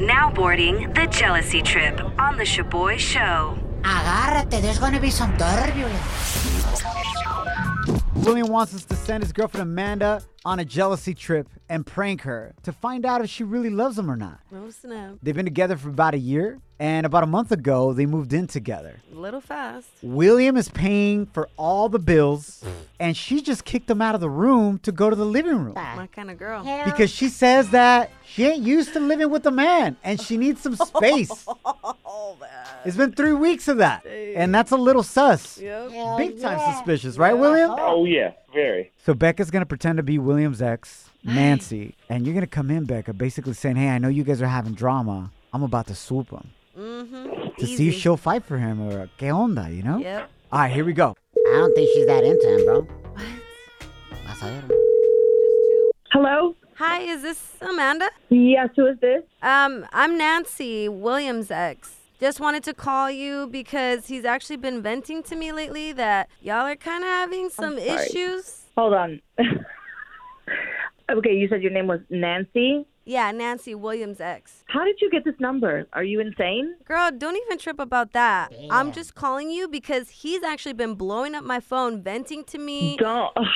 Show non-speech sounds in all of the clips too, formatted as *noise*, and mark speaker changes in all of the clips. Speaker 1: Now boarding the jealousy trip on the Shaboy Show.
Speaker 2: Agárrate, there's gonna be some turbulence.
Speaker 3: William wants us to send his girlfriend Amanda on a jealousy trip and prank her to find out if she really loves him or not.
Speaker 4: Oh, snap.
Speaker 3: They've been together for about a year, and about a month ago, they moved in together.
Speaker 4: A little fast.
Speaker 3: William is paying for all the bills, and she just kicked him out of the room to go to the living room.
Speaker 4: My kind of girl.
Speaker 2: Hell.
Speaker 3: Because she says that she ain't used to living with a man and she needs
Speaker 2: *laughs*
Speaker 3: some space. It's been three weeks of that. And that's a little sus.
Speaker 2: Hell
Speaker 3: Big time
Speaker 2: yeah. Uh-huh.
Speaker 3: suspicious, right, William?
Speaker 5: Oh yeah, very.
Speaker 3: So Becca's gonna pretend to be William's ex, Nancy, and you're gonna come in, Becca, basically saying, "Hey, I know you guys are having drama. I'm about to swoop him to see if she'll fight for him or uh, qué onda, you know?"
Speaker 4: Yep.
Speaker 3: All right, here we go.
Speaker 2: I don't think she's that into him, bro. Vas a ver.
Speaker 6: Hello?
Speaker 4: Hi, is this Amanda?
Speaker 6: Yes, who is this?
Speaker 4: Um, I'm Nancy, William's ex. Just wanted to call you because he's actually been venting to me lately that y'all are kind of having some
Speaker 6: sorry.
Speaker 4: issues.
Speaker 6: Hold on. *laughs* okay, you said your name was Nancy.
Speaker 4: Yeah, Nancy, William's ex.
Speaker 6: How did you get this number? Are you insane?
Speaker 4: Girl, don't even trip about that. I'm
Speaker 2: Damn.
Speaker 4: just calling you because he's actually been blowing up my phone, venting to me.
Speaker 6: Don't. ugh. *sighs*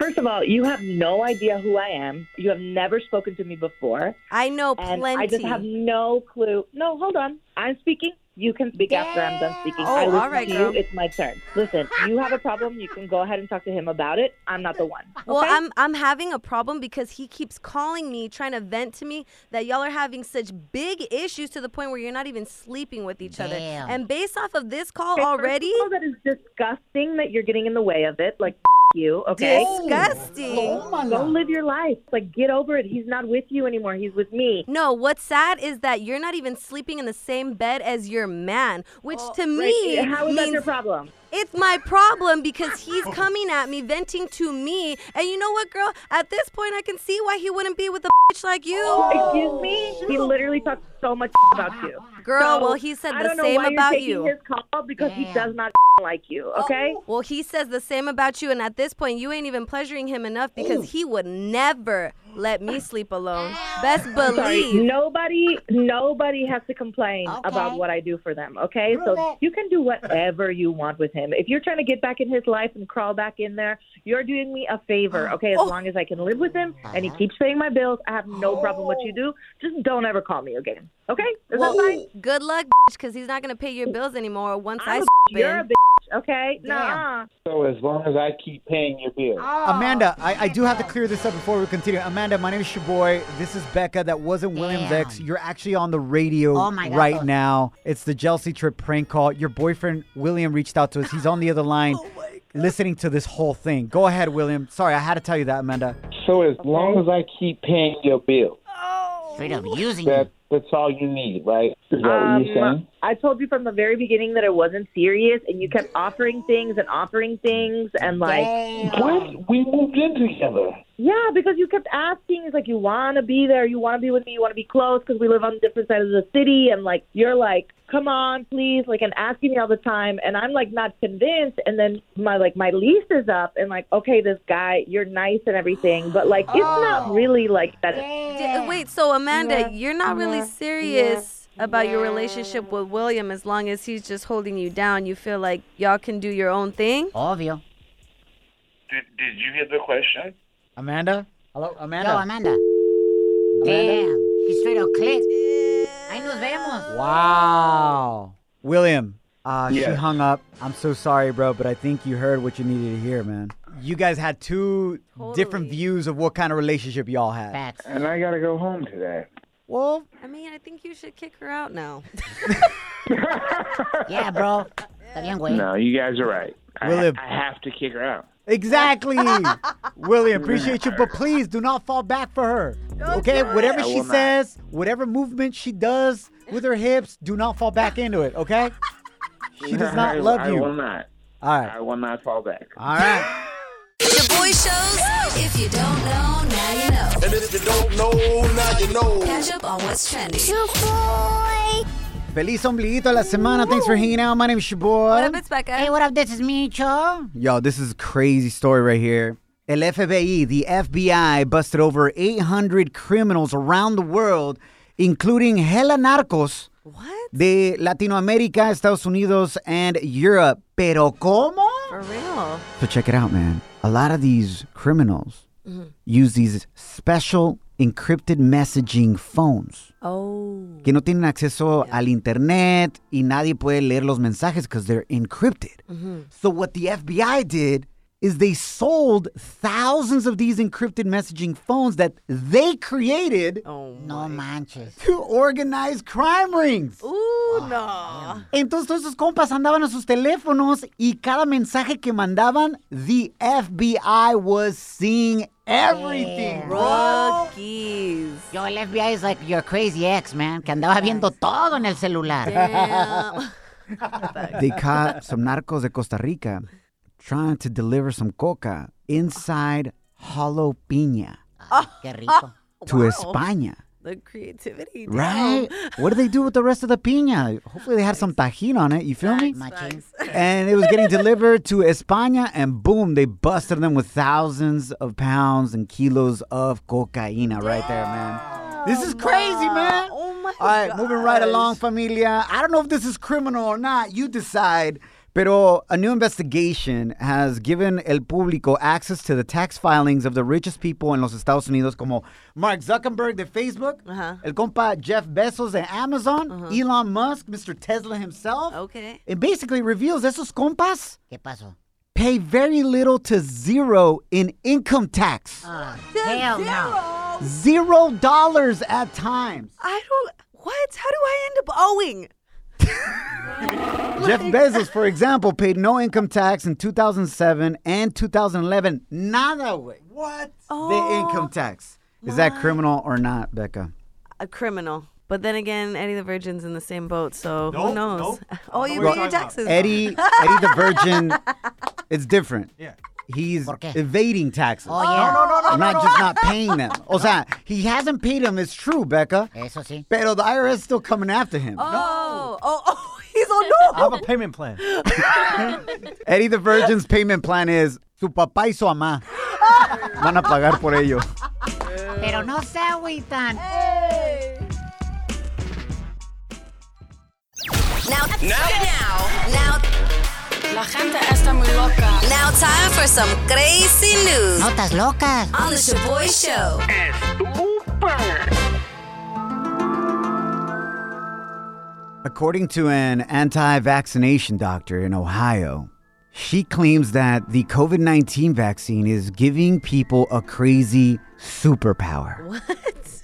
Speaker 6: First of all, you have no idea who I am. You have never spoken to me before.
Speaker 4: I know
Speaker 6: And
Speaker 4: plenty.
Speaker 6: I just have no clue. No, hold on. I'm speaking. You can speak after I'm done speaking.
Speaker 4: Oh,
Speaker 6: I listen
Speaker 4: all right,
Speaker 6: to
Speaker 4: girl.
Speaker 6: you. It's my turn. Listen, you have a problem. You can go ahead and talk to him about it. I'm not the one.
Speaker 4: Well,
Speaker 6: okay?
Speaker 4: I'm I'm having a problem because he keeps calling me, trying to vent to me that y'all are having such big issues to the point where you're not even sleeping with each other.
Speaker 2: Damn.
Speaker 4: And based off of this call
Speaker 6: Okay, first of
Speaker 4: already,
Speaker 6: all, that is disgusting that you're getting in the way of it. Like, f- you, okay?
Speaker 4: disgusting.
Speaker 6: Go live your life. Like, get over it. He's not with you anymore. He's with me.
Speaker 4: No, what's sad is that you're not even sleeping in the same bed as your man, which to me
Speaker 6: Right? How is that your
Speaker 4: means
Speaker 6: problem?
Speaker 4: it's my problem because he's coming at me, venting to me. And you know what, girl? At this point, I can see why he wouldn't be with a bitch like you.
Speaker 6: Excuse me? He literally talks so much about you.
Speaker 4: Girl,
Speaker 6: So,
Speaker 4: well, he said
Speaker 6: I
Speaker 4: the
Speaker 6: don't know
Speaker 4: same
Speaker 6: why
Speaker 4: about
Speaker 6: you're
Speaker 4: you. Oh,
Speaker 6: taking his call because he
Speaker 2: Damn.
Speaker 6: does not like you, okay?
Speaker 4: Well, he says the same about you, and at this point, you ain't even pleasuring him enough because he would never let me sleep alone. Best
Speaker 6: Sorry,
Speaker 4: believe.
Speaker 6: nobody, nobody has to complain
Speaker 2: Okay.
Speaker 6: about what I do for them. Okay,
Speaker 2: Prove
Speaker 6: so
Speaker 2: it.
Speaker 6: you can do whatever you want with him. If you're trying to get back in his life and crawl back in there, you're doing me a favor. Okay, as
Speaker 4: Oh.
Speaker 6: long as I can live with him and
Speaker 2: Uh-huh.
Speaker 6: he keeps paying my bills, I have no problem what you
Speaker 2: Oh.
Speaker 6: do. Just don't ever call me again. Okay, is
Speaker 4: Well,
Speaker 6: that fine?
Speaker 4: good luck, because he's not gonna pay your bills anymore once
Speaker 6: I'm a
Speaker 4: I
Speaker 6: bitch, You're a
Speaker 4: spin.
Speaker 6: bitch. Okay,
Speaker 2: Damn.
Speaker 6: nah.
Speaker 5: So as long as I keep paying your bills.
Speaker 3: Amanda,
Speaker 2: Oh,
Speaker 3: I, I do have to clear this up before we continue. Amanda, my name is your boy. This is Becca. That wasn't William's
Speaker 2: Damn.
Speaker 3: ex. You're actually on the radio
Speaker 2: Oh my God.
Speaker 3: right now. It's the Jealousy Trip prank call. Your boyfriend, William, reached out to us. He's on the other line
Speaker 2: *laughs* Oh
Speaker 3: listening to this whole thing. Go ahead, William. Sorry, I had to tell you that, Amanda.
Speaker 5: So as long as I keep paying your bills,
Speaker 2: Straight up using
Speaker 5: that
Speaker 2: you.
Speaker 5: that's all you need, right? Is that what you're
Speaker 6: Um,
Speaker 5: saying?
Speaker 6: I told you from the very beginning that it wasn't serious, and you kept offering things and offering things, and like.
Speaker 5: What? We moved in together.
Speaker 6: Yeah, because you kept asking. It's like you want to be there, you want to be with me, you want to be close because we live on different sides of the city, and like you're like, come on, please, like, and asking me all the time, and I'm like not convinced. And then my like my lease is up, and like, okay, this guy, you're nice and everything, but like it's not really like that.
Speaker 4: D- Wait, so Amanda, you're not really
Speaker 7: Uh-huh.
Speaker 4: serious about your relationship with William as long as he's just holding you down. You feel like y'all can do your own thing.
Speaker 2: Obvio.
Speaker 5: Did, did you get the question?
Speaker 3: Amanda? Hello, Amanda.
Speaker 2: Yo, Amanda. Damn. He straight up clicked. Ahí nos vemos.
Speaker 3: Wow. William, uh, she
Speaker 5: Yes.
Speaker 3: hung up. I'm so sorry, bro, but I think you heard what you needed to hear, man. You guys had two different
Speaker 4: Totally.
Speaker 3: views of what kind of relationship y'all had.
Speaker 2: Facts.
Speaker 5: And I gotta go home today.
Speaker 3: Well,
Speaker 4: I mean, I think you should kick her out now.
Speaker 2: Yeah, bro. Está bien, güey.
Speaker 5: No, you guys are right. I,
Speaker 3: Will it-
Speaker 5: I have to kick her out.
Speaker 4: *laughs*
Speaker 3: Exactly. William, appreciate you, but please do not fall back for her. Okay? Whatever
Speaker 5: I
Speaker 3: she
Speaker 5: will not.
Speaker 3: says, whatever movement she does with her hips, do not fall back into it,
Speaker 4: *laughs*
Speaker 3: okay? She does not
Speaker 5: *laughs* I-
Speaker 3: love
Speaker 5: I
Speaker 3: you.
Speaker 5: will not.
Speaker 3: All
Speaker 5: I
Speaker 3: right.
Speaker 5: will not fall back.
Speaker 3: All right.
Speaker 7: Shaboy shows. If you don't know, now you know. And if you don't know, now you know. Catch up on what's trending.
Speaker 3: Feliz ombliguito a la semana. Thanks for hanging out. My name is Shaboy.
Speaker 4: What up, it's Becca.
Speaker 2: Hey, what up? This is Micho.
Speaker 3: Yo, this is a crazy story right here. El FBI, the FBI, busted over 800 criminals around the world, including hella narcos
Speaker 4: what?
Speaker 3: de Latinoamérica, Estados Unidos, and Europe. Pero como?
Speaker 4: For real?
Speaker 3: So check it out, man. A lot of these criminals use these special encrypted messaging phones
Speaker 4: Oh.
Speaker 3: que no tienen acceso al internet y nadie puede leer los mensajes because they're encrypted. So what the FBI did is they sold thousands of these encrypted messaging phones that they created
Speaker 4: Oh.
Speaker 2: No manches.
Speaker 3: to organize crime rings.
Speaker 4: Ooh, no.
Speaker 3: Entonces todos esos compas andaban a sus teléfonos y cada mensaje que mandaban, the FBI was seeing everything, bro.
Speaker 4: Rookies.
Speaker 2: Yo, el FBI is like your crazy ex, man, que andaba viendo todo en el celular.
Speaker 4: Damn.
Speaker 3: They caught some narcos de Costa Rica trying to deliver some coca inside hollow piña
Speaker 2: Qué rico.
Speaker 3: to España.
Speaker 4: *laughs* the creativity.
Speaker 3: Right? What did they do with the rest of the piña? Hopefully they had some tajín on it, you feel me?
Speaker 2: Machín.
Speaker 3: And it was getting delivered to España and boom, they busted them with thousands of pounds and kilos of cocaína right there, man. This is crazy, man.
Speaker 4: Oh my
Speaker 3: All right, moving right along, familia. I don't know if this is criminal or not. You decide. Pero a new investigation has given el público access to the tax filings of the richest people in los Estados Unidos, como Mark Zuckerberg de Facebook,
Speaker 4: Ajá.
Speaker 3: el compa Jeff Bezos de Amazon,
Speaker 4: Uh-huh.
Speaker 3: Elon Musk, Mr. Tesla himself.
Speaker 4: Okay.
Speaker 3: It basically reveals esos compas
Speaker 2: ¿Qué pasó?
Speaker 3: pay very little to zero in income tax.
Speaker 2: Ah, hell no.
Speaker 3: Zero dollars at times.
Speaker 4: I don't. What? How do I end up owing?
Speaker 3: Jeff Bezos, for example, paid no income tax in 2007 and 2011. Nada, way. What? The income tax. Is that criminal or not, Becca?
Speaker 4: A criminal. But then again, Eddie the Virgin's in the same boat, so who
Speaker 8: Nope,
Speaker 4: knows? *laughs*
Speaker 8: nope.
Speaker 4: Oh, you
Speaker 3: Well,
Speaker 4: pay your taxes.
Speaker 3: Eddie, Eddie the Virgin, it's different.
Speaker 8: Yeah.
Speaker 3: He's
Speaker 2: Por qué?
Speaker 3: evading taxes.
Speaker 2: Oh, yeah. No, no,
Speaker 3: not just not paying them. *laughs* O sea, he hasn't paid them. It's true, Becca.
Speaker 2: Eso sí.
Speaker 3: Pero the IRS is still coming after him.
Speaker 4: Oh, oh, oh, *laughs* he's oh
Speaker 8: I have a payment plan.
Speaker 3: Eddie the Virgin's payment plan is su papá y su mamá van a pagar por ello.
Speaker 2: Pero no se agüitan.
Speaker 7: Now, now, now,
Speaker 9: La gente está muy loca.
Speaker 7: now, time for some crazy news
Speaker 2: Notas locas.
Speaker 7: on the Shaboy Show.
Speaker 3: According to an anti vaccination doctor in Ohio, she claims that the COVID 19 vaccine is giving people a crazy superpower.
Speaker 4: no. What?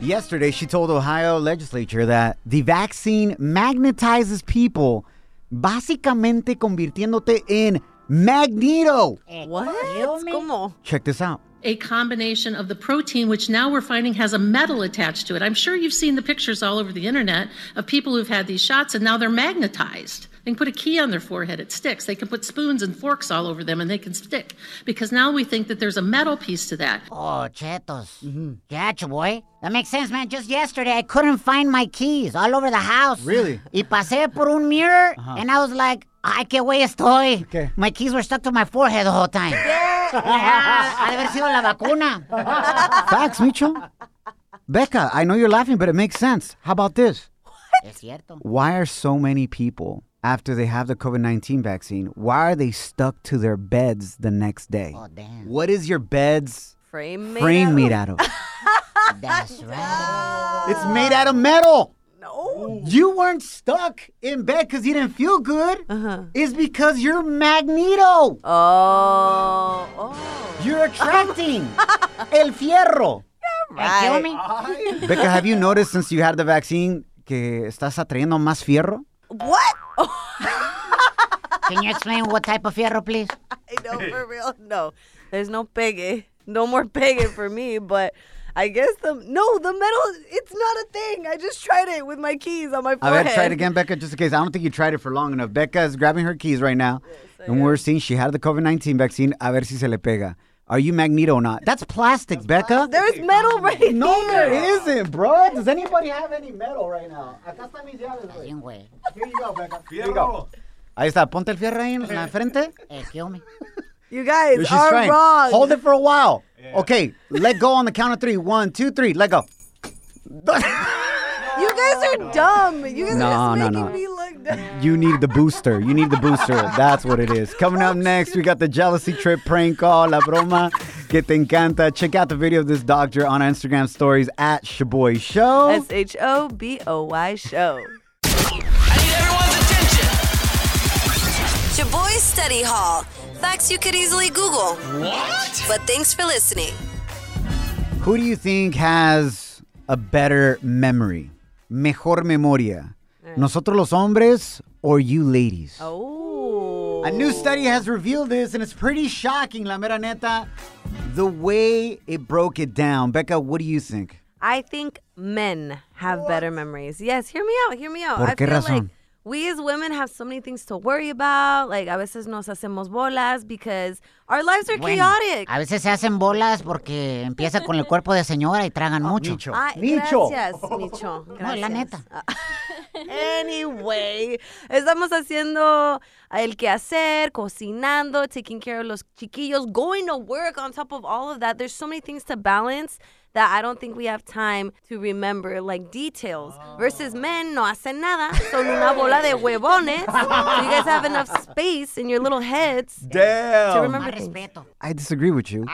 Speaker 3: Yesterday, she told Ohio legislature that the vaccine magnetizes people, básicamente convirtiéndote en Magneto.
Speaker 4: What? Como?
Speaker 3: Check this out.
Speaker 10: a combination of the protein, which now we're finding has a metal attached to it. I'm sure you've seen the pictures all over the internet of people who've had these shots and now they're magnetized. They can put a key on their forehead, it sticks. They can put spoons and forks all over them and they can stick because now we think that there's a metal piece to that.
Speaker 2: Oh, chetos. Gotcha, boy. That makes sense, man. Just yesterday, I couldn't find my keys all over the house.
Speaker 3: Really?
Speaker 2: Y pasé por un mirror, and I was like, ay, qué güey estoy.
Speaker 3: ¿Qué?
Speaker 2: My keys were stuck to my forehead the whole time. Ah, Ha de haber sido la
Speaker 3: *laughs*
Speaker 2: vacuna.
Speaker 3: Facts, Micho. Becca, I know you're laughing, but it makes sense. How about this?
Speaker 2: es cierto.
Speaker 3: why are so many people after they have the COVID-19 vaccine, why are they stuck to their beds the next day?
Speaker 2: Oh, damn.
Speaker 3: What is your bed's
Speaker 4: Frame made
Speaker 3: frame
Speaker 4: out
Speaker 3: made out of?
Speaker 2: That's right.
Speaker 3: it's made out of metal.
Speaker 4: No.
Speaker 3: You weren't stuck in bed because you didn't feel good.
Speaker 4: Uh-huh.
Speaker 3: It's because you're Magneto.
Speaker 4: Oh. Oh.
Speaker 3: You're
Speaker 4: *laughs*
Speaker 3: attracting el fierro.
Speaker 2: Kill me?
Speaker 3: Becca, have you noticed since you had the vaccine que estás atrayendo más fierro?
Speaker 4: What?
Speaker 2: Can you explain what type of fierro, please?
Speaker 4: I know for real. *laughs* No, there's no pegue. No more pegue for me. But I guess the no, the metal. It's not a thing. I just tried it with my keys on my
Speaker 3: I
Speaker 4: forehead.
Speaker 3: bet try it again, Becca, just in case. I don't think you tried it for long enough. Becca is grabbing her keys right now, and we're seeing she had the COVID 19 vaccine. A ver si se le pega. Are you Magneto or not? That's plastic, Becca.
Speaker 4: There's metal right
Speaker 3: no,
Speaker 4: here.
Speaker 3: there isn't, bro. Does anybody have any metal right now? Acá están mis llaves, güey.
Speaker 2: Bien, güey.
Speaker 3: Here you go, Becca. Here you go. Ahí está. Ponte el fierro ahí en la frente.
Speaker 2: Eh, ¿qué hombre?
Speaker 4: You guys
Speaker 3: She's
Speaker 4: are
Speaker 3: trying.
Speaker 4: wrong.
Speaker 3: Hold it for a while. Okay, let go on the count of three. One, two, three. Let go.
Speaker 4: You guys are dumb. You guys
Speaker 3: No,
Speaker 4: are
Speaker 3: no,
Speaker 4: just making
Speaker 3: no.
Speaker 4: me look dumb.
Speaker 3: You need the booster. You need the booster. That's what it is. Coming up next, we got the jealousy trip prank call, la broma que te encanta. Check out the video of this doctor on our Instagram stories at Shaboy Show.
Speaker 4: S H O B O Y show.
Speaker 7: Shaboy Study Hall. Facts you could easily Google. What? But thanks for listening.
Speaker 3: Who do you think has a better memory? Mejor memoria. Nosotros los hombres or you ladies?
Speaker 4: Oh.
Speaker 3: A new study has revealed this, and it's pretty shocking, la mera neta, the way it broke it down. Becca, what do you think?
Speaker 4: I think men have better memories. Yes, hear me out, hear me out.
Speaker 3: ¿Por
Speaker 4: I
Speaker 3: qué
Speaker 4: feel like
Speaker 3: razón?
Speaker 4: we as women have so many things to worry about. Like, a veces nos hacemos bolas because our lives are
Speaker 2: Bueno,
Speaker 4: chaotic.
Speaker 2: a veces se hacen bolas porque empieza con el cuerpo de señora y tragan mucho.
Speaker 3: Micho.
Speaker 4: Ay,
Speaker 3: Micho.
Speaker 4: Gracias,
Speaker 2: *laughs*
Speaker 4: Micho.
Speaker 2: No, la
Speaker 4: gracias.
Speaker 2: neta.
Speaker 4: Ah, *laughs* Anyway, estamos haciendo el quehacer, cocinando, taking care of los chiquillos, going to work on top of all of that. There's so many things to balance that I don't think we have time to remember, like details. Versus men no hacen nada, son
Speaker 2: *laughs*
Speaker 4: una bola de huevones. so you guys have enough space in your little heads to
Speaker 3: Damn.
Speaker 4: remember
Speaker 2: Más
Speaker 4: things.
Speaker 2: respeto.
Speaker 3: I disagree with you.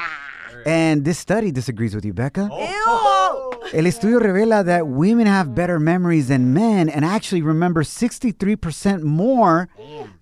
Speaker 3: And this study disagrees with you, Becca.
Speaker 4: Ew!
Speaker 3: El estudio revela that women have better memories than men and actually remember 63% more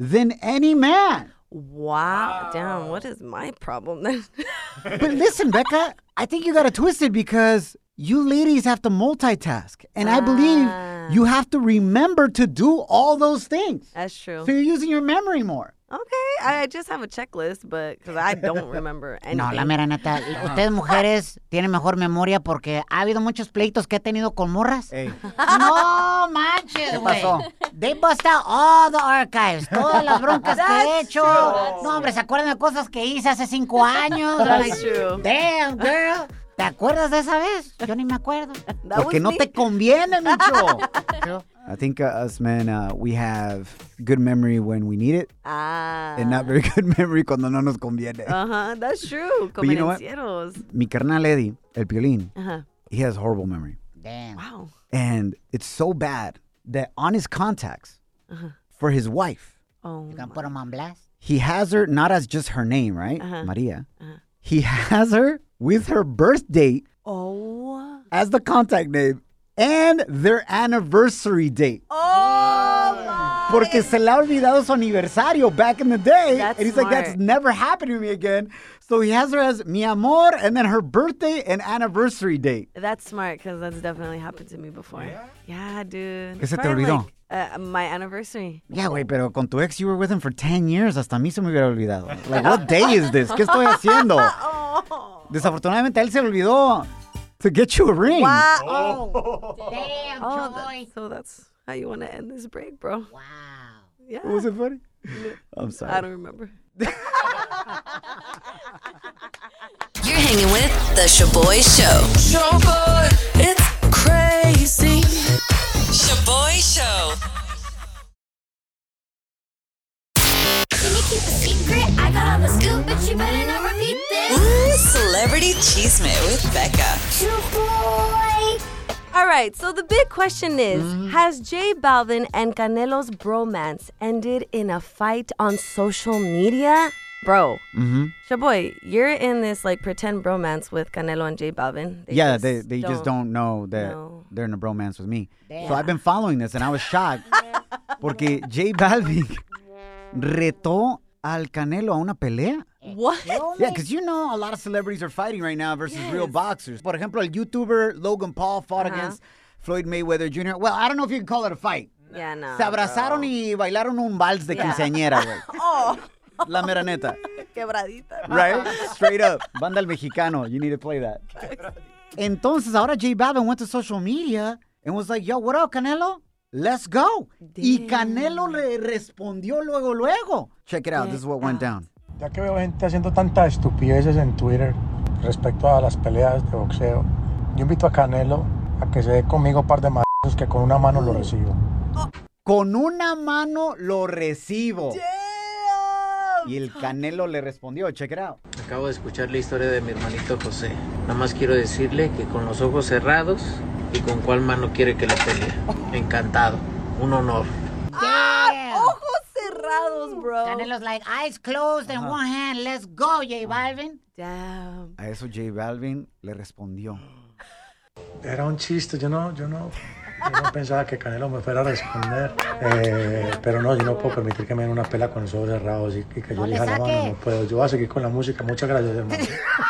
Speaker 3: than any man.
Speaker 4: Wow, damn, what is my problem then? *laughs*
Speaker 3: But listen, Becca, I think you got it twisted because you ladies have to multitask. And I believe you have to remember to do all those things.
Speaker 4: That's true.
Speaker 3: So you're using your memory more.
Speaker 4: Okay, I just have a checklist, but because I
Speaker 3: *laughs*
Speaker 4: don't remember anything.
Speaker 2: No, la mera neta. Ustedes mujeres tienen mejor memoria porque ha habido muchos pleitos que he tenido con morras. No manches, güey.
Speaker 3: pasó?
Speaker 2: They bust out all the archives, todas las broncas que he hecho. No, hombre, ¿se acuerdan de cosas que hice hace cinco años?
Speaker 4: That's
Speaker 2: Like,
Speaker 4: true.
Speaker 2: Damn, girl. ¿Te acuerdas de esa vez? Yo ni me acuerdo.
Speaker 4: That
Speaker 3: Porque
Speaker 4: was
Speaker 3: no
Speaker 4: me.
Speaker 3: te conviene, Micho.
Speaker 2: Yo,
Speaker 3: I think uh, us men, uh, we have good memory when we need it
Speaker 4: Ah.
Speaker 3: and not very good *laughs* memory cuando no nos conviene.
Speaker 4: Uh huh. That's true.
Speaker 3: *laughs* But you know what?
Speaker 4: Convenencieros.
Speaker 3: Mi carnal Eddie, el piolín,
Speaker 4: Uh huh.
Speaker 3: he has horrible memory.
Speaker 2: damn.
Speaker 4: Wow.
Speaker 3: And it's so bad that on his contacts
Speaker 4: Uh-huh.
Speaker 3: for his wife,
Speaker 4: Oh.
Speaker 2: You can put 'em on blast.
Speaker 3: he has her not as just her name, right?
Speaker 4: Uh-huh.
Speaker 3: Maria.
Speaker 4: Uh-huh.
Speaker 3: He *laughs* has her with her birth date
Speaker 4: Oh.
Speaker 3: as the contact name and their anniversary date.
Speaker 4: Oh my.
Speaker 3: Porque se le ha olvidado su aniversario back in the day.
Speaker 4: That's
Speaker 3: and he's like, that's
Speaker 4: smart.
Speaker 3: never happened to me again. So he has her as mi amor and then her birthday and anniversary date.
Speaker 4: That's smart because that's definitely happened to me before. Yeah, dude.
Speaker 3: ¿Qué se te
Speaker 4: Probably,
Speaker 3: olvidó?
Speaker 4: like, uh, my anniversary.
Speaker 3: Yeah, güey, pero con tu ex you were with him for 10 years. Hasta a mí se me hubiera olvidado. Like, what day is this? ¿Qué estoy
Speaker 4: *laughs*
Speaker 3: haciendo?
Speaker 4: Oh.
Speaker 3: Desafortunadamente a él se le olvidó to get you a ring.
Speaker 4: Wow.
Speaker 2: Damn,
Speaker 4: Oh,
Speaker 2: Choy.
Speaker 4: that's, so that's how you want to end this break, bro.
Speaker 2: Wow.
Speaker 4: Yeah.
Speaker 3: Was it funny? I'm sorry.
Speaker 4: I don't remember.
Speaker 7: You're hanging with The Shaboy Show. Shaboy, it's crazy. Shaboy Show.
Speaker 8: Can you keep a secret? I got all the scoop, but you better not repeat this.
Speaker 7: Ooh, Celebrity Cheesemate with Becca.
Speaker 8: Your boy.
Speaker 4: All right, so the big question is
Speaker 3: Mm-hmm.
Speaker 4: Has J Balvin and Canelo's bromance ended in a fight on social media? Bro,
Speaker 3: Mm-hmm.
Speaker 4: Shaboy, you're in this like pretend bromance with Canelo and J Balvin.
Speaker 3: yeah, they, they just don't know that
Speaker 4: know.
Speaker 3: they're in a bromance with me. So I've been following this and I was shocked porque J Balvin retó al Canelo a una pelea.
Speaker 4: What?
Speaker 3: Yeah, because you know a lot of celebrities are fighting right now versus real boxers. For example, el YouTuber Logan Paul fought against Floyd Mayweather Jr. Well, I don't know if you can call it a fight.
Speaker 4: Yeah, Ah, no.
Speaker 3: Se abrazaron y bailaron un vals de
Speaker 4: Yeah.
Speaker 3: quinceañera, güey.
Speaker 4: *laughs* Oh,
Speaker 3: La mera neta.
Speaker 4: quebradita.
Speaker 3: Right? Straight up. Banda El Mexicano. You need to play that. Entonces, ahora J Balvin went to social media and was like, yo, what up, Canelo? Let's go. Y Canelo le respondió luego, luego. Check it out. This is what went down.
Speaker 11: Ya que veo gente haciendo tantas estupideces en Twitter respecto a las peleas de boxeo, yo invito a Canelo a que se dé conmigo un par de madrazos que con una mano lo recibo.
Speaker 3: Con una mano lo recibo. Y el Canelo le respondió, check it out.
Speaker 12: Acabo de escuchar la historia de mi hermanito José. Nada más quiero decirle que con los ojos cerrados y con cuál mano quiere que le pelee. Encantado. Un honor.
Speaker 2: ojos cerrados, bro. Canelo's like, eyes closed and one hand. Let's go, J Balvin.
Speaker 3: *laughs*
Speaker 4: Damn.
Speaker 3: A eso J Balvin le respondió.
Speaker 11: Era un chiste, yo no, yo no, yo no pensaba que Canelo me fuera a responder. Eh, pero no, yo no puedo permitir que me den una pela con los ojos cerrados y, y que yo
Speaker 4: No le
Speaker 11: elija la mano,
Speaker 4: saque.
Speaker 11: no puedo. Yo voy a seguir con la música, muchas gracias hermano.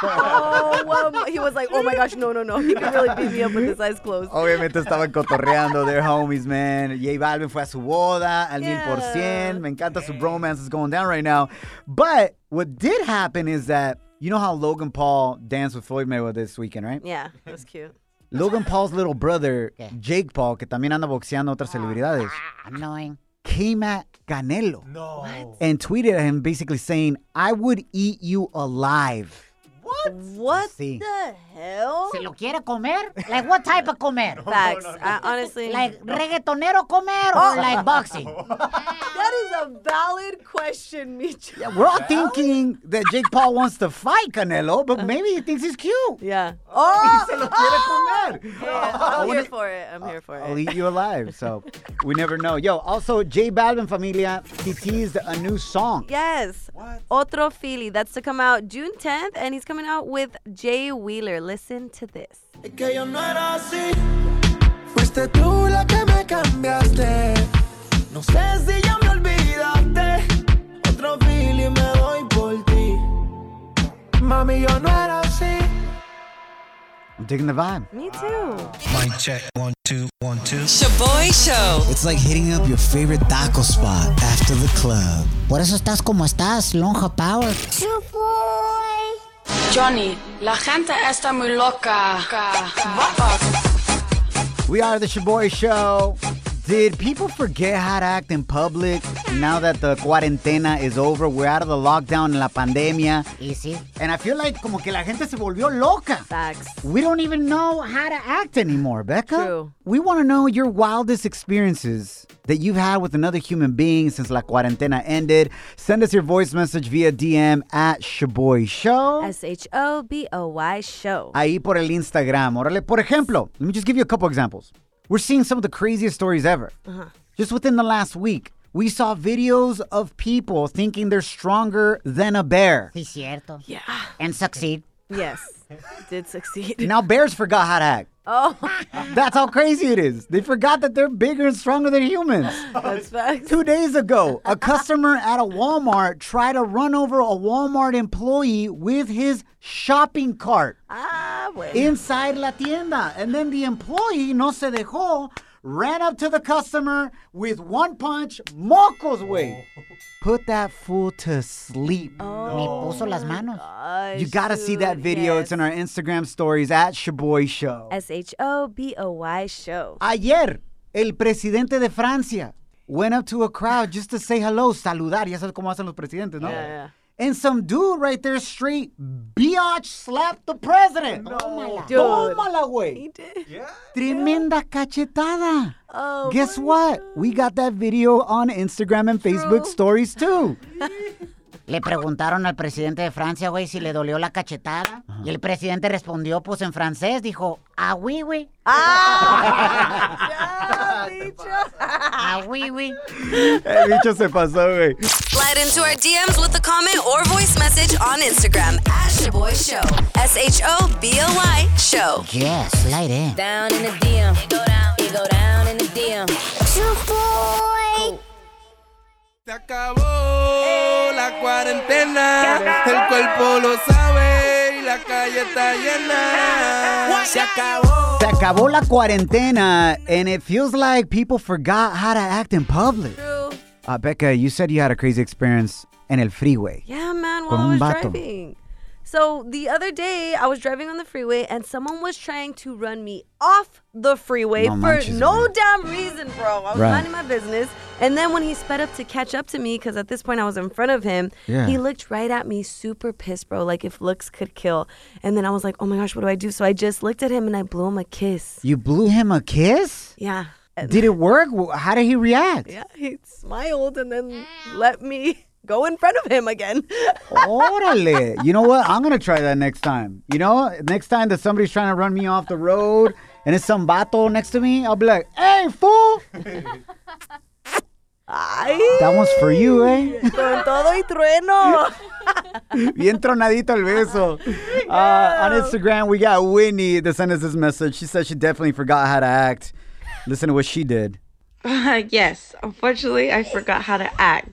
Speaker 4: Oh, um, he was like, oh my gosh, no, no, no. He could really beat me up with his eyes closed.
Speaker 3: Obviamente estaban cotorreando, they're homies, man. J Balvin fue a su boda al mil por cien. Me encanta su bromance is going down right now. But what did happen is that, you know how Logan Paul danced with Floyd Mayweather this weekend, right?
Speaker 4: Yeah, it was cute.
Speaker 3: Logan Paul's little brother, Jake Paul, que también anda boxeando a otras celebridades,
Speaker 2: annoying.
Speaker 3: came at Canelo and tweeted at him basically saying, I would eat you alive.
Speaker 4: What? What
Speaker 3: Sí.
Speaker 4: the hell?
Speaker 2: ¿Se lo quiere comer? Like, what type of comer?
Speaker 4: Facts. I honestly.
Speaker 2: Like, reggaetonero comer
Speaker 11: *laughs*
Speaker 2: or like boxing?
Speaker 11: Oh.
Speaker 4: That is a valid question, Micho.
Speaker 3: We're all thinking that Jake Paul wants to fight Canelo, but maybe he thinks he's cute.
Speaker 4: Yeah. Oh,
Speaker 3: *laughs* se lo quiere comer.
Speaker 4: Yeah, I'm here for it. I'm here for
Speaker 3: I'll
Speaker 4: it.
Speaker 3: eat you alive. So we never know. Yo, also J Balvin Familia, he teased a new song.
Speaker 4: Yes. Otro Philly. That's to come out June 10th, and he's coming out with Jay Wheeler. Listen to this.
Speaker 13: Es que yo no era así. Fuiste tú la que me cambiaste. No sé si ya me olvidaste. Otro y me doy por ti. Mami, yo no era así.
Speaker 3: I'm digging the vibe.
Speaker 4: Me too.
Speaker 14: Mic check. One, two, one, two.
Speaker 7: Shaboy Show.
Speaker 14: It's like hitting up your favorite taco spot after the club.
Speaker 2: Por eso estás como estás, lonja power.
Speaker 9: Johnny, la gente está muy loca.
Speaker 3: We are the Shaboy Show. Did people forget how to act in public now that the cuarentena is over? We're out of the lockdown and la pandemia.
Speaker 2: Easy.
Speaker 3: And I feel like como que la gente se volvió loca.
Speaker 4: Facts.
Speaker 3: We don't even know how to act anymore, Becca. True. We want to know your wildest experiences that you've had with another human being since la cuarentena ended. Send us your voice message via DM at Shaboy Show.
Speaker 4: S H O B O Y show.
Speaker 3: ahí por el Instagram. Órale, por ejemplo, let me just give you a couple examples. We're seeing some of the craziest stories ever. Just within the last week, we saw videos of people thinking they're stronger than a bear.
Speaker 2: Sí, cierto.
Speaker 4: Yeah.
Speaker 2: And succeed.
Speaker 4: *laughs* Yes. Did succeed.
Speaker 3: Now bears forgot how to act.
Speaker 4: Oh,
Speaker 3: That's how crazy it is. They forgot that they're bigger and stronger than humans.
Speaker 4: that's facts.
Speaker 3: Two days ago, a customer at a Walmart tried to run over a Walmart employee with his shopping cart.
Speaker 4: Ah, bueno.
Speaker 3: inside la tienda. And then the employee no se dejó, ran up to the customer with one punch, mocos way. Put that fool to sleep.
Speaker 2: Me puso las manos.
Speaker 3: you gotta see that video. It's in our Instagram stories at Shaboy Show.
Speaker 4: S H O B O Y show.
Speaker 3: Ayer, el presidente de Francia went up to a crowd just to say hello, saludar. Ya sabes cómo hacen los presidentes, ¿no?
Speaker 4: Yeah, yeah.
Speaker 3: And some dude right there straight biatch slapped the president.
Speaker 2: Tómala.
Speaker 3: Dude. Tómala, güey.
Speaker 4: He did.
Speaker 3: Tremenda cachetada.
Speaker 4: Oh,
Speaker 3: Guess what? We got that video on Instagram and Facebook stories too.
Speaker 2: Le preguntaron al presidente de Francia, güey, si le dolió la cachetada. Y el presidente respondió, pues en francés, dijo, ah, oui, oui. *laughs*
Speaker 4: Ah,
Speaker 2: Ah, oui, oui.
Speaker 3: El bicho se pasó, güey.
Speaker 7: Slide into our DMs with a comment or voice message on Instagram at Shaboy Show. S H O B O Y Show.
Speaker 2: Yes, slide in.
Speaker 7: Down in the
Speaker 4: *sighs*
Speaker 7: DM. It go down. It go down in the DM.
Speaker 13: Se acabó la cuarentena. El cuerpo lo sabe y la la calle está llena. Se acabó.
Speaker 3: Se acabó la cuarentena, and it feels like people forgot how to act in public. Uh, Becca, you said you had a crazy experience in el freeway.
Speaker 4: Yeah, man,
Speaker 3: Con
Speaker 4: while I was
Speaker 3: un vato.
Speaker 4: driving. So the other day, I was driving on the freeway and someone was trying to run me off the freeway
Speaker 8: No
Speaker 4: for
Speaker 8: manches,
Speaker 4: no damn reason, bro. I was
Speaker 8: Right.
Speaker 4: minding my business. And then when he sped up to catch up to me, because at this point I was in front of him,
Speaker 8: Yeah.
Speaker 4: he looked right at me, super pissed, bro, like if looks could kill. And then I was like, oh my gosh, what do I do? So I just looked at him and I blew him a kiss.
Speaker 3: You blew him a kiss?
Speaker 4: Yeah.
Speaker 3: Did it work? Wh- How did he react?
Speaker 4: Yeah, he smiled and then let me go in front of him again. *laughs*
Speaker 3: Órale. You know what? I'm going to try that next time. You know, next time that somebody's trying to run me off the road and it's some vato next to me, I'll be like, hey, fool. That one's for you, eh? *laughs*
Speaker 4: Con todo y trueno.
Speaker 3: Bien tronadito el beso. Uh, on Instagram, we got Whitney that sent us this message. She said she definitely forgot how to act. Listen to what she did.
Speaker 15: *laughs* yes, unfortunately, I forgot how to act.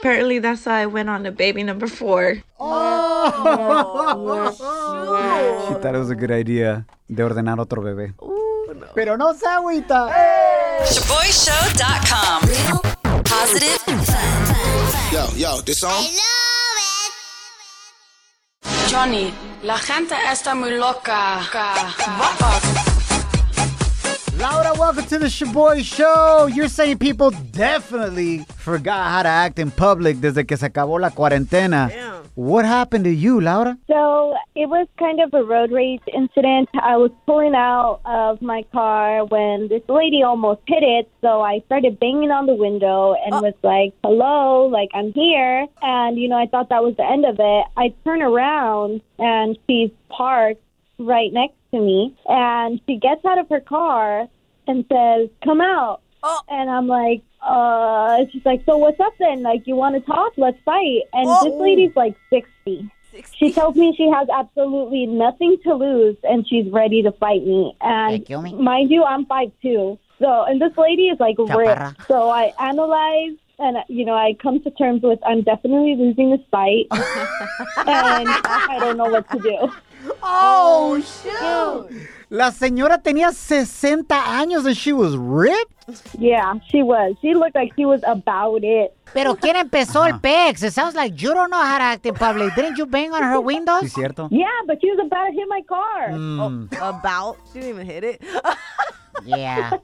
Speaker 15: Apparently, that's how I went on to baby number four.
Speaker 3: She thought it was a good idea de ordenar otro bebé.
Speaker 2: Pero no se agüita.
Speaker 7: ShaboyShow.com. Real, positive, fun.
Speaker 16: Yo, yo, this song?
Speaker 9: Johnny, la gente está muy loca.
Speaker 3: Laura, welcome to the Shaboy Show. You're saying people definitely forgot how to act in public desde que se acabó la cuarentena. What happened to you, Laura?
Speaker 17: So it was kind of a road rage incident. I was pulling out of my car when this lady almost hit it. So I started banging on the window and was like, hello, like I'm here. And, you know, I thought that was the end of it. I turn around and she's parked right next to me. And she gets out of her car and says, come out. And I'm like, uh, she's like, so what's up then? Like, you want to talk? Let's fight. And this
Speaker 8: Oh.
Speaker 17: lady's like 60. She tells me she has absolutely nothing to lose and she's ready to fight me. And
Speaker 8: kill me?
Speaker 17: mind you, I'm five two. So, and this lady is like
Speaker 8: Chaparra.
Speaker 17: ripped. So I analyze and, you know, I come to terms with I'm definitely losing this fight and I don't know what to do.
Speaker 3: Oh, shoot. La señora tenía 60 años and she was ripped?
Speaker 17: Yeah, she was. She looked like she was about it.
Speaker 2: Pero ¿quién empezó el pex? It sounds like you don't know how to act in public. Didn't you bang on her windows?
Speaker 3: Sí, cierto.
Speaker 17: Yeah, but she was about to hit my car.
Speaker 4: About. She didn't even hit *laughs* it.
Speaker 17: *laughs*
Speaker 3: Yeah.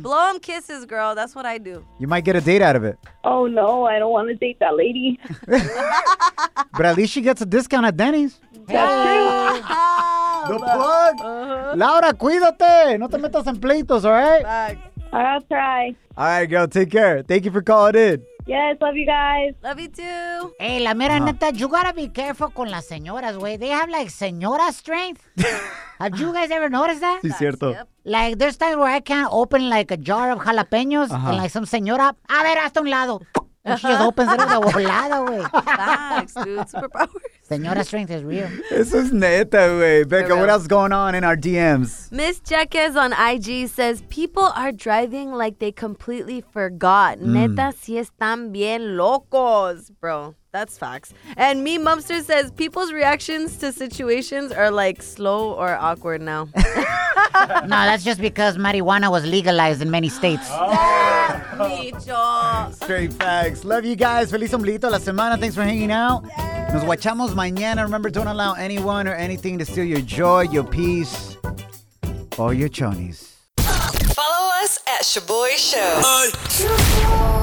Speaker 4: Blow him kisses, girl. That's what I do.
Speaker 3: You might get a date out of it.
Speaker 17: Oh, no, I don't want to date that lady.
Speaker 3: But at least she gets a discount at Denny's. The plug. Laura, cuídate. No te metas en pleitos, all right?
Speaker 17: I'll try.
Speaker 3: All right, girl. Take care. Thank you for calling in.
Speaker 17: Yes, love you guys.
Speaker 4: Love you too.
Speaker 2: Hey, Eh, la mera
Speaker 3: Ajá.
Speaker 2: neta, you gotta be careful con las señoras, güey. They have like señora
Speaker 3: *laughs*
Speaker 2: strength. have you guys ever noticed that?
Speaker 3: Sí, cierto.
Speaker 2: Like, there's times where I can't open like a jar of jalapeños
Speaker 3: Ajá.
Speaker 2: and like some señora, a ver, hasta un lado. And she just opens it up de volada, güey.
Speaker 3: *laughs*
Speaker 4: Facts, *laughs* dude. Superpower.
Speaker 2: Señora strength is real.
Speaker 3: Eso es neta, güey. Becca,
Speaker 4: real.
Speaker 3: what else going on in our DMs?
Speaker 4: Miss Jaquez on IG says people are driving like they completely forgot. Neta, si están bien locos, bro. That's facts. And me Mumster says people's reactions to situations are like slow or awkward *laughs* now.
Speaker 2: No, that's just because marijuana was legalized in many states.
Speaker 3: Oh. Straight facts. Love you guys. Feliz ombliguito de la semana. Thanks for hanging out. Nos guachamos mañana. Remember, don't allow anyone or anything to steal your joy, your peace, or your chonies.
Speaker 7: Follow us at Shaboy Show.